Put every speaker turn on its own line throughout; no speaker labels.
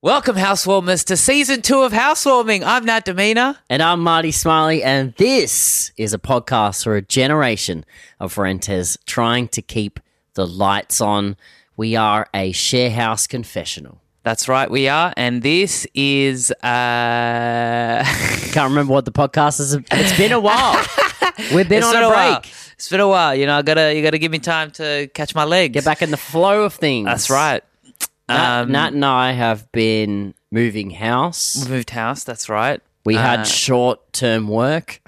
Welcome, housewarmers, to season two of Housewarming. I'm Nat Demina.
And I'm Marty Smiley, and this is a podcast for a generation of renters trying to keep the lights on. We are a sharehouse confessional.
That's right, we are. And this is, uh,
Can't remember what the podcast is. It's been a while. We've been
it's
on
been
a
a
break.
while. It's been a while. You know, I gotta, you gotta give me time to catch my legs.
Get back in the flow of things.
That's right.
Nat,
Um,
Nat and I have been moving house.
Moved house. That's right.
We
uh,
had short term work.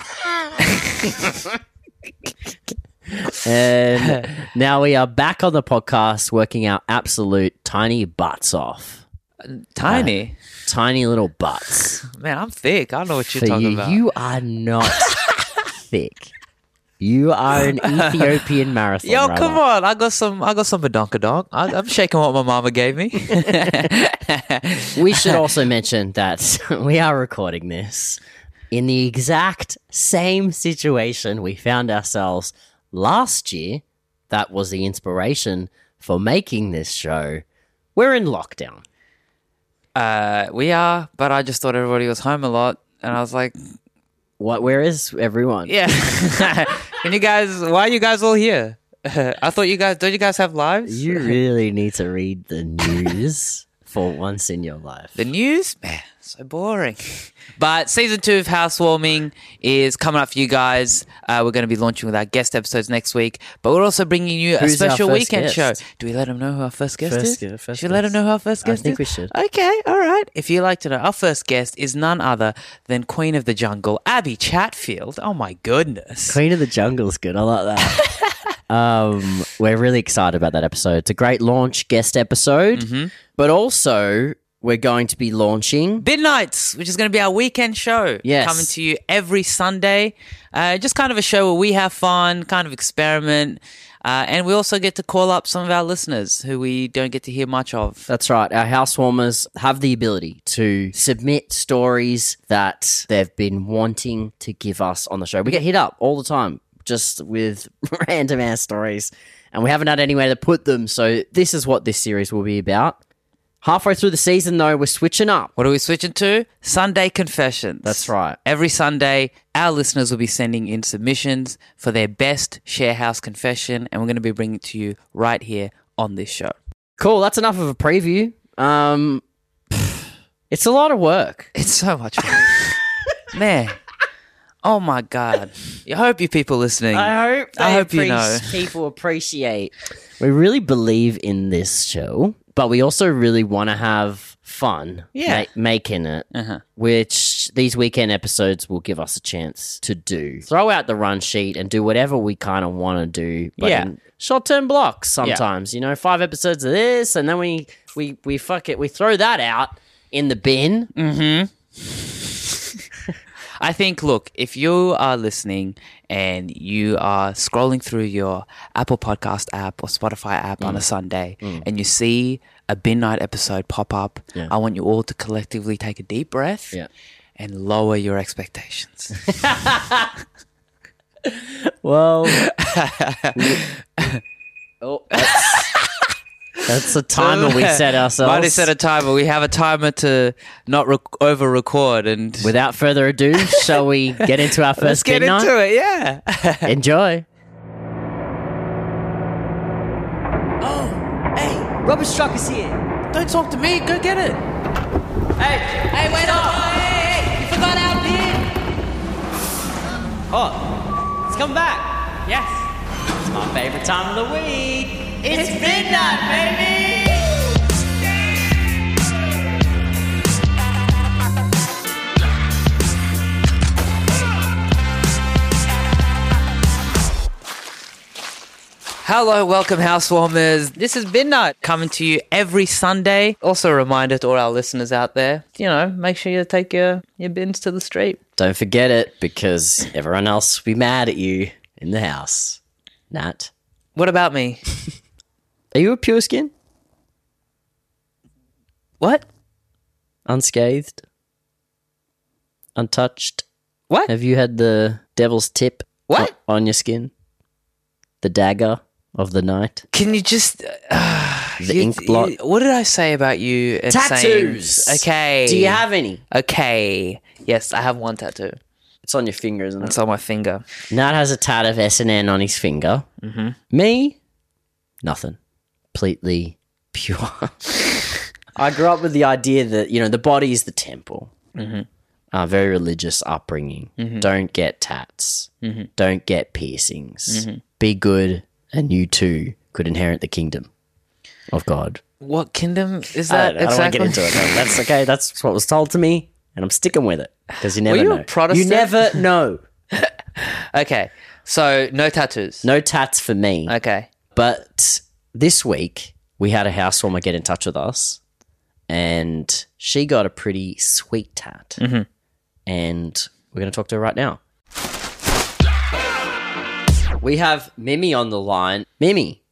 and Um, now we are back on the podcast working our absolute tiny butts off.
Tiny.
Tiny little butts.
Man, I'm thick. I don't know what you're
For
talking
you,
about.
you are not thick. You are an Ethiopian marathon.
Yo,
runner.
come on! I got some. I got some badonkadonk. I- I'm shaking what my mama gave me.
We should also mention that we are recording this in the exact same situation we found ourselves last year. That was the inspiration for making this show. We're in lockdown.
uh, we are, but I just thought everybody was home a lot, and I was like,
What? Where is everyone?
Yeah. and you guys, why are you guys all here? I thought you guys, don't you guys have lives?
You really need to read the news for once in your life.
the news? Man, so boring. But season two of Housewarming is coming up for you guys. Uh, we're going to be launching with our guest episodes next week, but we're also bringing you a
Who's our
special
first
weekend
guest?
show. Do we let them know who our first guest
First
is?
gu- first
should we let them
guest.
know who our first
I
guest
think
is?
we should.
Okay, all right. If you'd like to know, our first guest is none other than Queen of the Jungle, Abby Chatfield. Oh my goodness.
Queen of the Jungle's good. I like that. um, we're really excited about that episode. It's a great launch guest episode, but also we're going to be launching.
Midnights, which is going to be our weekend show.
Yes.
Coming to you every Sunday. Uh, just kind of a show where we have fun, kind of experiment. Uh, and we also get to call up some of our listeners who we don't get to hear much of.
That's right. Our housewarmers have the ability to submit stories that they've been wanting to give us on the show. We get hit up all the time just with random ass stories, and we haven't had anywhere to put them. So this is what this series will be about. Halfway through the season, though, we're switching up.
What are we switching to? Sunday Confessions.
That's right.
Every Sunday, our listeners will be sending in submissions for their best sharehouse confession, and we're going to be bringing it to you right here on this show.
Cool. That's enough of a preview. Um, it's a lot of work.
It's so much fun. Man. Oh my God. I hope you people listening.
hope.
I hope you know.
people appreciate. We really believe in this show, but we also really want to have fun.
Yeah.
ma- making it, which these weekend episodes will give us a chance to do. Throw out the run sheet and do whatever we kind of want to do. But
Yeah.
in Short term blocks sometimes, you know, five episodes of this, and then we we we fuck it, we throw that out in the bin.
I think, look, if you are listening and you are scrolling through your Apple Podcast app or Spotify app
Mm.
on a Sunday and you see a bin night episode pop up,
Yeah.
I want you all to collectively take a deep breath
Yeah.
and lower your expectations.
Well, oh, that's, that's the timer we set ourselves.
Marty set a timer. We have a timer to not rec- over record and
Without further ado, shall we get into our first
let's get
bin
into
night?
it. Yeah.
Enjoy. Oh, hey, rubbish truck is here.
Don't talk to me. Go get it.
Hey,
Hey, wait up. You forgot our bin.
oh, it's come back.
Yes.
It's my favorite time of the week.
It's midnight, baby! Hello, welcome, housewarmers. This is Midnight coming to you every Sunday. Also, a reminder to all our listeners out there you know, make sure you take your, your bins to the street.
Don't forget it because everyone else will be mad at you in the house. Nat,
What about me?
are you a pure skin?
What?
unscathed, untouched?
What?
Have you had the devil's tip
What?
o- on your skin? The dagger of the night?
Can you just.
The
You-
ink blot.
you- what did I say about you? and
Tattoos.
saying- okay.
Do you have any?
Okay. Yes, I have one tattoo.
It's on your finger, isn't it?
It's on my finger.
Nat has a tat of S and N on his finger. Mm-hmm. Me, nothing. Completely pure. I grew up with the idea that you know the body is the temple. Mm-hmm. Uh, very religious upbringing. Don't get tats. Don't get piercings. Be good, and you too could inherit the kingdom of God.
What kingdom is that
I don't, know, I
exactly?
don't want to get into it. No, that's okay. That's what was told to me, and I'm sticking with it because you never
you a
know.
Protestant?
You never know.
okay. So no tattoos.
No tats for me.
Okay.
But this week, we had a housewarmer get in touch with us, and she got a pretty sweet tat.
Mm-hmm.
And we're going to talk to her right now. We have Mimi on the line. Mimi,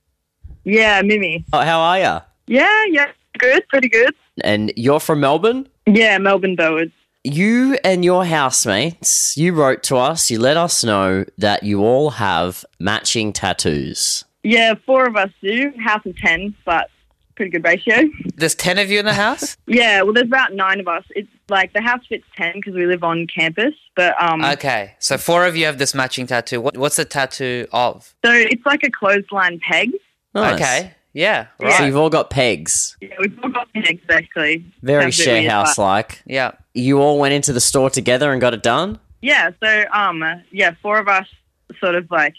Yeah, Mimi.
oh, how are you?
Yeah, yeah, good, pretty good.
And you're from Melbourne?
Yeah, Melbourne Bowers.
You and your housemates, you wrote to us, you let us know that you all have matching tattoos.
Yeah, four of us do, house of ten, but pretty good ratio.
There's ten of you in the house.
Yeah, well, there's about nine of us. It's like the house fits ten because we live on campus, but um,
Mm.
Okay. So four of you have this matching tattoo. What, what's the tattoo of?
so it's like a clothesline peg.
Nice.
Okay. Yeah. Right.
So you've all got pegs.
Yeah, we've all got pegs exactly.
Very
Sounds a bit
share
weird,
house
but-
like.
yeah.
You all went into the store together and got it done?
Yeah, so um, yeah, four of us sort of like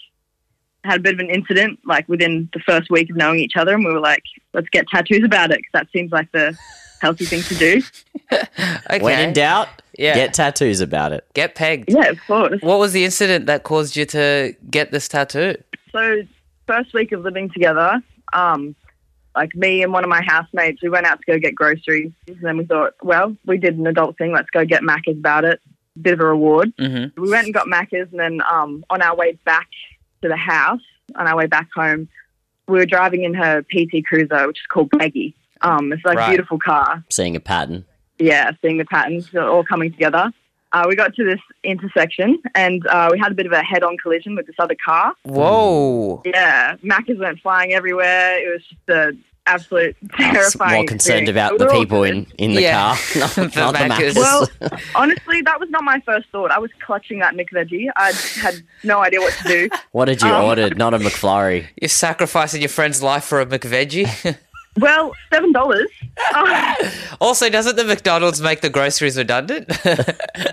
had a bit of an incident like within the first week of knowing each other, and we were like, let's get tattoos about it because that seems like the healthy thing to do.
Okay.
When in doubt,
yeah.
get
Get,
tattoos about it.
pegged.
Yeah, of course.
What was the incident that caused you to get this tattoo?
so first week of living together, um, like me and one of my housemates, we went out to go get groceries. And then we thought, well, we did an adult thing. Let's go get Macca's about it. Bit of a reward.
hmm
Mm-hmm.
We went and got Macca's, and then um, on our way back to the house, on our way back home, we were driving in her PT Cruiser, which is called Peggy. Um, it's like
Right.
a beautiful car
Seeing a pattern.
yeah, seeing the patterns they're all coming together. Uh, we got to this intersection and uh, we had a bit of a head-on collision with this other car.
Mm-hmm.
Whoa.
Yeah, Maccas went flying everywhere. It was just an absolute
I was
terrifying.
More concerned
experience.
about
We
the
were all
people
good.
in, in the
Yeah.
car. not,
The
not the
Maccas.
Maccas.
Well, honestly, that was not my first thought. I was clutching that McVeggie. I had no idea what to do.
what did you
um,
order? Not a McFlurry.
You're sacrificing your friend's life for a McVeggie.
Well, seven dollars.
also, doesn't the McDonald's make the groceries redundant?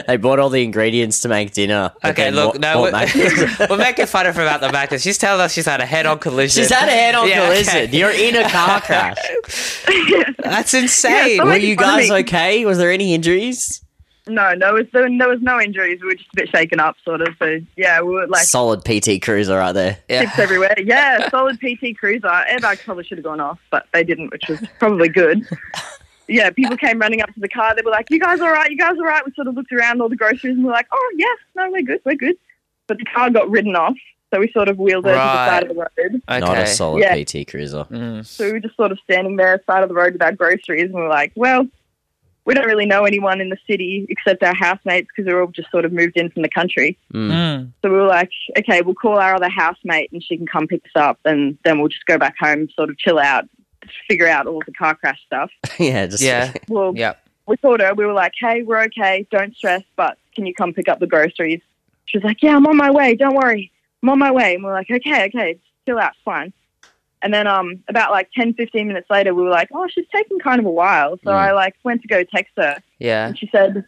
They bought all the ingredients to make dinner. but
Okay,
then
look,
bought-
no,
bought Maccas.
we're, we're making fun of her about the Maccas. She's telling us she's had a head-on collision.
She's had a head on
Yeah, okay.
collision. You're in a car crash.
That's insane.
Yeah,
Were
Somebody
you
follow
guys
me.
okay? Was there any injuries?
no, no, was, there, there was no injuries. We were just a bit shaken up, sort of. So yeah, we were like
Solid PT Cruiser right there.
tips everywhere. Yeah, solid PT Cruiser. Airbags probably should have gone off, but they didn't, which was probably good. Yeah, people came running up to the car. They were like, "You guys all right? You guys all right?" We sort of looked around all the groceries and we're like, "Oh yeah, no, we're good, we're good." But the car got ridden off, so we sort of wheeled it to
Right.
the side of the road.
okay.
Not a solid
Yeah.
PT Cruiser.
Mm.
So we were just sort of standing there, side of the road with our groceries, and we we're like, "Well, we don't really know anyone in the city except our housemates because they're all just sort of moved in from the country."
Mm.
Mm.
So we were like, okay, we'll call our other housemate and she can come pick us up, and then we'll just go back home, sort of chill out, figure out all the car crash stuff.
yeah, just
Yeah.
Well,
Yeah.
we called her. We were like, hey, we're okay, don't stress, but can you come pick up the groceries? She was like, yeah, I'm on my way, don't worry, I'm on my way. And we we're like, okay, okay, chill out, fine. And then um, about like 10, 15 minutes later, we were like, oh, she's taking kind of a while. So
Mm.
I like went to go text her,
Yeah.
and she said,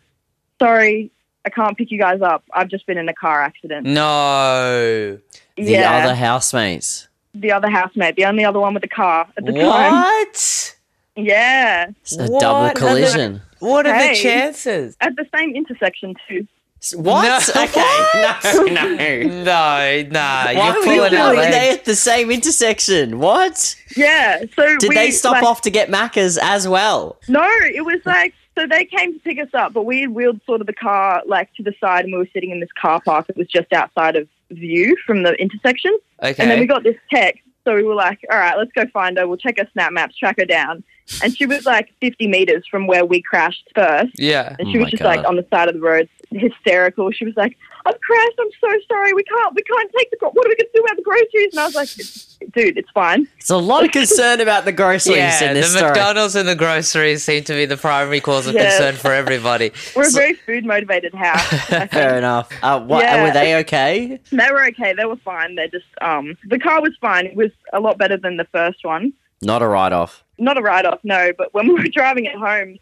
sorry. I can't pick you guys up. I've just been in a car accident.
No.
Mm. the other housemates.
the other housemate, the only other one with the car at the time.
What?
Yeah,
It's a
What?
double
That- that-
collision.
What are the
Hey.
chances?
at the same intersection too.
What?
No.
Okay. No, no.
No, nah.
Why
you're
were you-
pulling
why
out
were they
legs.
at the same intersection? What?
Yeah, so
Did
we,
they stop
like-
off to get Maccas as well?
No, it was like so they came to pick us up, but we had wheeled sort of the car like to the side, and we were sitting in this car park that was just outside of view from the intersection.
Okay.
And then we got this text, so we were like, "All right, let's go find her. We'll check her snap maps, track her down." and she was like 50 meters from where we crashed first.
Yeah.
And
Oh
she
my
was just
God.
like on the side of the road, hysterical. She was like, "I've crashed. I'm so sorry. We can't. We can't take the. Gro- what are we going to do about the groceries?" And I was like, "Dude, it's fine."
It's a lot of concern about the groceries in
the
this story.
McDonald's and the groceries seem to be the primary cause of
Yes.
concern for everybody.
We're a
So-
very food motivated house. I think.
Fair enough. Uh, what,
Yeah.
and Were they okay?
they were okay. They were fine. They just um, the car was fine. It was a lot better than the first one.
Not a write off.
Not a write off, no. But when we were driving it home,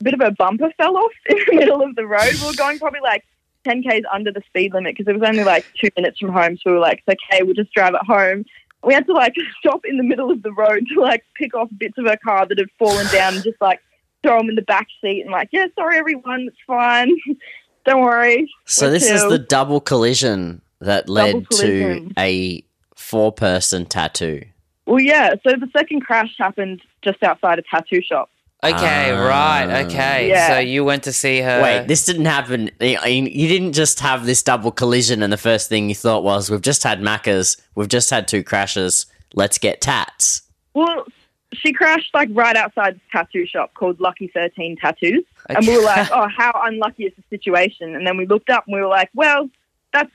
a bit of a bumper fell off in the middle of the road. We were going probably like. 10 k's under the speed limit because it was only like two minutes from home. So we were like, "It's okay, we'll just drive it home. We had to like stop in the middle of the road to like pick off bits of her car that had fallen down and just like throw them in the back seat and like, yeah, sorry everyone, it's fine. Don't worry.
So
Me
this is
too.
the double collision that led to
collision.
a four person tattoo.
Well, yeah. So the second crash happened just outside a tattoo shop.
Okay,
Ah.
right. Okay.
Yeah.
So you went to see her.
Wait, this didn't happen. I- I- You didn't just have this double collision, and the first thing you thought was, "We've just had Maccas, we've just had two crashes. Let's get tats."
Well, she crashed like right outside this tattoo shop called Lucky 13 Tattoos. And we were like, oh, how unlucky is the situation? And then we looked up and we were like, well, that's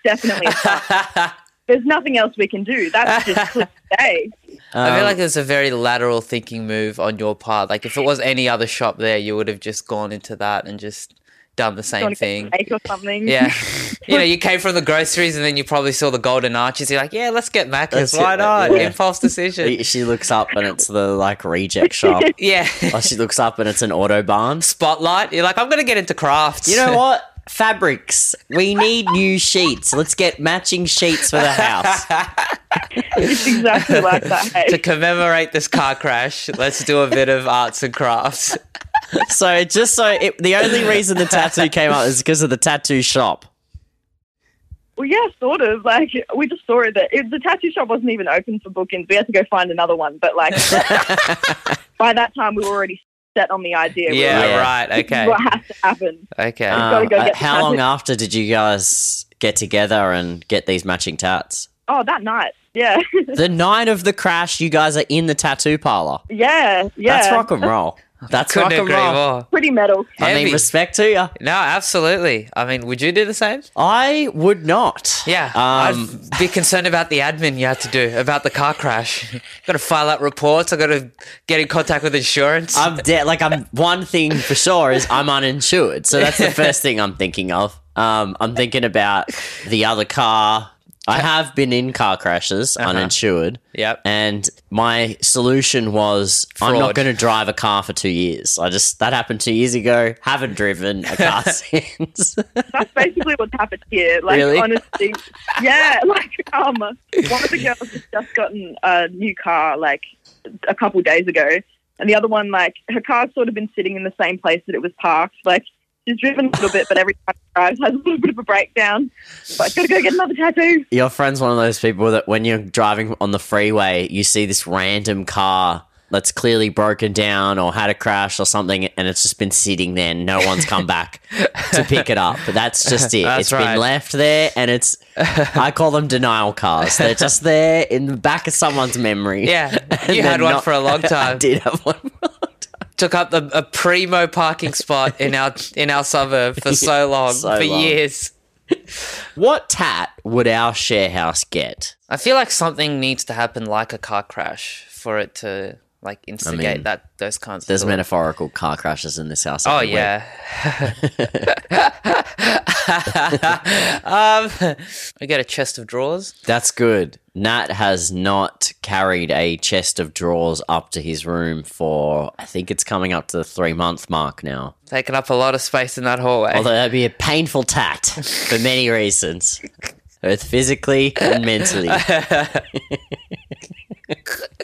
definitely a cut. There's nothing else we can do. That's just clip day.
I
Um,
feel like it's a very lateral thinking move on your part. Like if it was any other shop there, you would have just gone into that and just done the
Don't
same
get
thing.
cake or something.
Yeah. you know, you came from the groceries and then you probably saw the golden arches. You're like, yeah, let's get
Let's
Macca's.
get
Why
that,
not?
yeah.
Impulse decision.
she looks up and it's the like reject shop.
yeah.
or she looks up and it's an autobahn.
Spotlight. You're like, I'm going to get into crafts.
You know what? Fabrics. We need new sheets. Let's get matching sheets for the house.
It's exactly like that. Hey.
to commemorate this car crash, let's do a bit of arts and crafts.
So just so it, the only reason the tattoo came up is because of the tattoo shop.
Well, yeah, sort of. Like we just saw it that it, the tattoo shop wasn't even open for bookings. We had to go find another one. But like by that time, we were already set on the idea. We were
Yeah,
like,
Yeah.
right.
this is
Okay.
What has to happen?
Okay.
Um,
go get the
how long
tattoo.
after did you guys get together and get these matching tats?
Oh, that night. Yeah,
The night of the crash, you guys are in the tattoo parlor.
yeah, yeah.
That's rock and roll. That's rock
Couldn't
and
agree
roll.
more.
Pretty metal.
I mean,
Heavy.
respect to you.
No, absolutely. I mean, would you do the same?
I would not.
Yeah,
Um,
I'd be concerned about the admin you had to do about the car crash. got to file out reports. I got to get in contact with insurance.
I'm dead. Like I'm one thing for sure is I'm uninsured, so that's the first thing I'm thinking of. Um, I'm thinking about the other car. I have been in car crashes uninsured.
Yep.
And my solution was I'm not
Fraud.
going to drive a car for two years. I just that happened two years ago. Haven't driven a car since.
That's basically what's happened here. Like
Really?
honestly, yeah. Like um, one of the girls has just gotten a new car like a couple days ago, and the other one like her car's sort of been sitting in the same place that it was parked. Like she's driven a little bit, but every time she drives has a little bit of a breakdown. Like gotta go get another tattoo.
Your friend's one of those people that when you're driving on the freeway, you see this random car that's clearly broken down or had a crash or something, and it's just been sitting there. And no one's come back to pick it up. But that's just it.
That's
It's
right.
been left there, and it's I call them denial cars. They're just there in the back of someone's memory.
yeah,
And
you
they're
had one
not-
for a long
I
time.
did have one.
Took up the, a primo parking spot in our in our suburb for so long,
So
for
long.
years.
What tat would our share house get?
I feel like something needs to happen, like a car crash, for it to like instigate
mean,
that those kinds.
There's
of thoughts.
metaphorical car crashes in this house.
Oh
every week.
yeah. um, we got a chest of drawers.
That's good. Nat has not carried a chest of drawers up to his room for, I think it's coming up to the three month mark now.
Taking up a lot of space in that hallway.
Although that'd be a painful tat for many reasons, both physically and mentally.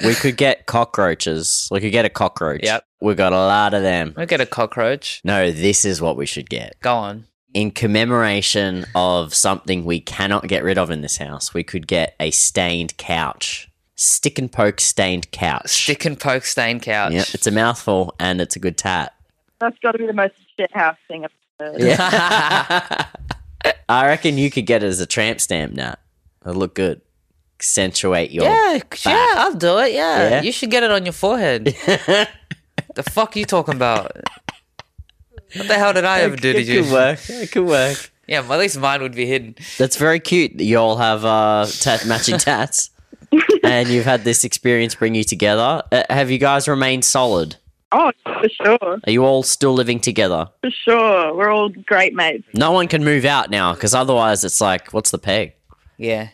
we could get cockroaches. We could get a cockroach.
Yep.
We've got a lot of them.
we get a cockroach.
No, this is what we should get.
Go on.
In commemoration of something we cannot get rid of in this house, we could get a stained couch. Stick and poke stained couch.
Dick and poke stain couch.
Yep, it's a mouthful and it's a good tat.
That's got to be the most shit house thing. I've ever heard.
I reckon you could get it as a tramp stamp, Nat. It'll look good. Accentuate your
Yeah, c- yeah, I'll do it. Yeah.
Yeah?
you should get it on your forehead. The fuck are you talking about? What the hell did I ever do to
it could
you?
work. It could work.
Yeah, at least mine would be hidden.
That's very cute. that You all have uh, tat matching tats, and you've had this experience bring you together. Uh, have you guys remained solid?
Oh, for sure,
Are you all still living together?
for sure. We're all great mates.
No one can move out now because otherwise, it's like, what's the peg?
Yeah.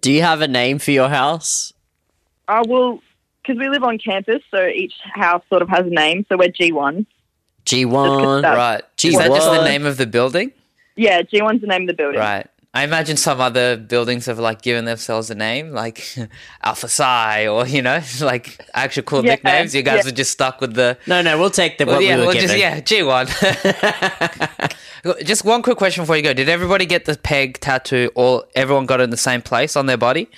Do you have a name for your house?
I will, because we live on campus, so each house sort of has a name. So we're G1.
G
Just 'cause
one.
that-
Right.
Gee,
Is that just the
Uh, what?
name of the building?
Yeah, G1's the name of the building.
Right. I imagine some other buildings have like given themselves a name, like Alpha Psi, or you know, like actual cool
Yeah,
nicknames. You guys
yeah.
were just stuck with the.
No, no, we'll take the
Well,
what
yeah,
we were
well,
given.
just yeah, G one. just one quick question before you go: Did everybody get the peg tattoo? All everyone got it in the same place on their body?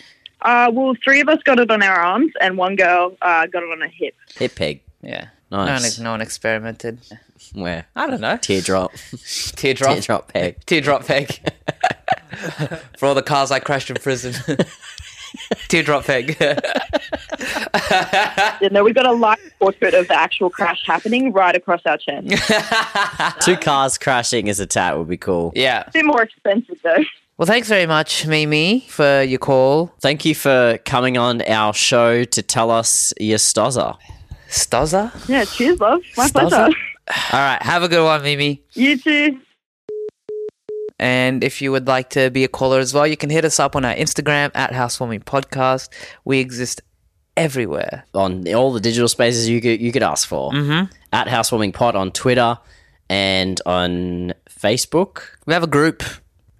Uh, well, three of us got it on our arms, and one girl uh, got it on her hip.
Hit peg.
Yeah.
Nice.
No one, no one experimented.
Where?
I don't know.
Teardrop.
Teardrop.
Teardrop peg.
Teardrop peg. For all the cars I crashed in prison. Teardrop peg.
And then we got a live portrait of the actual crash happening right across our chest. A
Two cars crashing as a tat would be cool.
yeah.
bit more expensive though.
Well, thanks very much, Mimi, for your call.
Thank you for coming on our show to tell us your stozza. All
Stozza?
Yeah, cheers, love. My
Stuff
pleasure.
All right. Have a good one, Mimi.
You too.
And if you would like to be a caller as well, you can hit us up on our Instagram at Housewarming Podcast. We exist everywhere.
on all the digital spaces you could you could ask for. Mm-hmm. At Housewarming Pod on Twitter and on Facebook.
We have a group.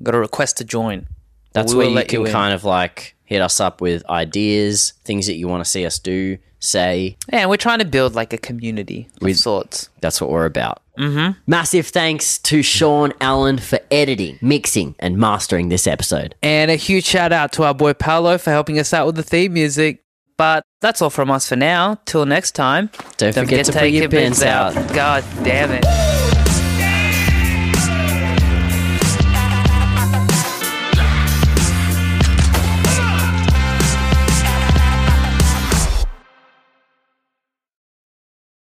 Got a request to join.
That's
We will
where you
let
can
in.
kind of like hit us up with ideas, things that you want to see us do, say.
Yeah, and we're trying to build like a community of sorts.
That's what we're about. Mm-hmm. Massive thanks to Sean Allen for editing, mixing, and mastering this episode.
And a huge shout out to our boy Paolo for helping us out with the theme music. But that's all from us for now. Till next time.
Don't, forget, to bring your pins out.
God damn it.